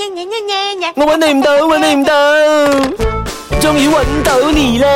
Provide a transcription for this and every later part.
嘅。我揾你唔到，揾你唔到，终于揾到你啦！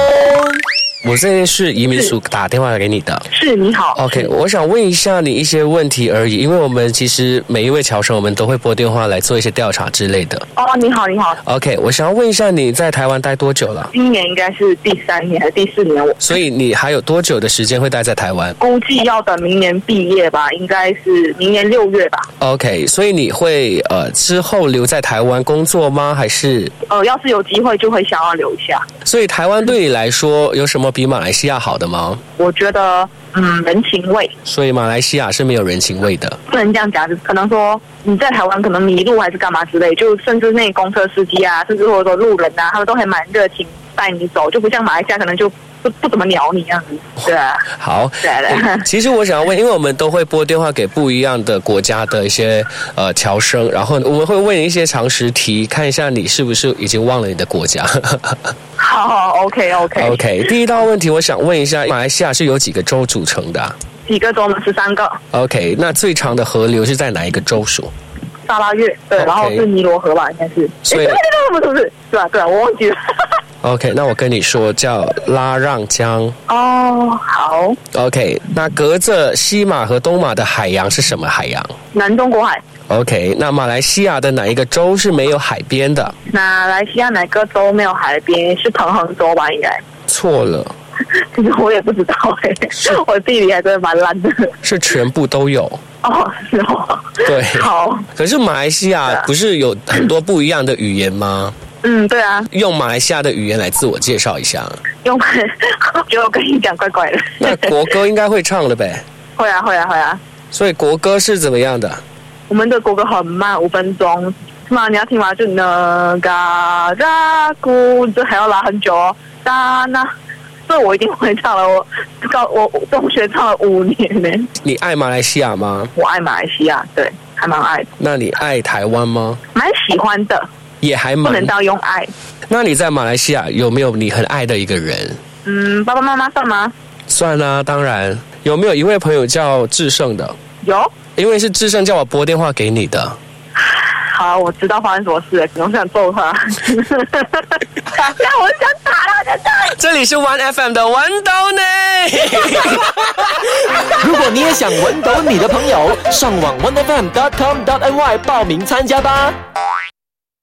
我这是移民署打电话给你的。是你好 OK，我想问一下你一些问题而已，因为我们其实每一位侨生，我们都会拨电话来做一些调查之类的。哦，你好，你好， OK，我想要问一下你在台湾待多久了？今年应该是第三年还是第四年？我所以你还有多久的时间会待在台湾估计要等明年毕业吧，应该是明年六月吧。 ？OK，所以你会呃之后留在台湾工作吗？还是呃，要是有机会就会想要留下。所以台湾对你来说有什么比马来西亚好的吗？我觉得，嗯，人情味所以马来西亚是没有人情味的。不能这样讲，就是可能说你在台湾可能迷路还是干嘛之类，就甚至那公车司机啊，甚至或者说路人啊，他们都还蛮热情带你走，就不像马来西亚可能就不不怎么鸟你这样子。对啊，好，对啊对啊。其实我想要问，因为我们都会拨电话给不一样的国家的一些呃侨生，然后我们会问一些常识题，看一下你是不是已经忘了你的国家。 好好，OK OK，, OK，第一道问题，我想问一下，马来西亚是由几个州组成的啊、几个州呢？十三个， OK，那最长的河流是在哪一个州属？沙拉越，对 OK 然后是尼罗河吧，应该是。哎，所以对对对，不是不是，对啊对啊，我忘 记了。 OK，那我跟你说叫拉让江。哦，好， OK，那隔着西马和东马的海洋是什么海洋南中国海， ？OK，那马来西亚的哪一个州是没有海边的？马来西亚哪个州没有海边？是彭亨州吧？应该，错了，其实我也不知道哎、我地理还真的蛮烂的。是全部都有。哦，是哦，对，好，可是马来西啊亚不是有很多不一样的语言吗？嗯，对啊，用马来西亚的语言来自我介绍一下。用觉 得我跟你讲怪怪的。那国歌应该会唱了 呗？会啊会啊会啊，所以国歌是怎么样的？我们的国歌很慢，五分钟。是吗？你要听吗？就呢嘎嘎咕，这还要拉很久哦。哒那，这我一定会唱了。我高我我中学唱了五年呢。你爱马来西亚吗？我爱马来西亚，对，还蛮爱的，那你爱台湾吗？蛮喜欢的，也还不能蛮。到用爱。那你在马来西亚有没有你很爱的一个人？嗯，爸爸妈妈算吗？算啦、当然。有没有一位朋友叫志胜的？有。因为是志胜叫我拨电话给你的。好，我知道发生什么事了，我想揍他。 那我想打他，真的。这里是 One FM 的玩到你。 如果你也想揾到你的朋友，上网 onefm.com.ny 报名参加吧。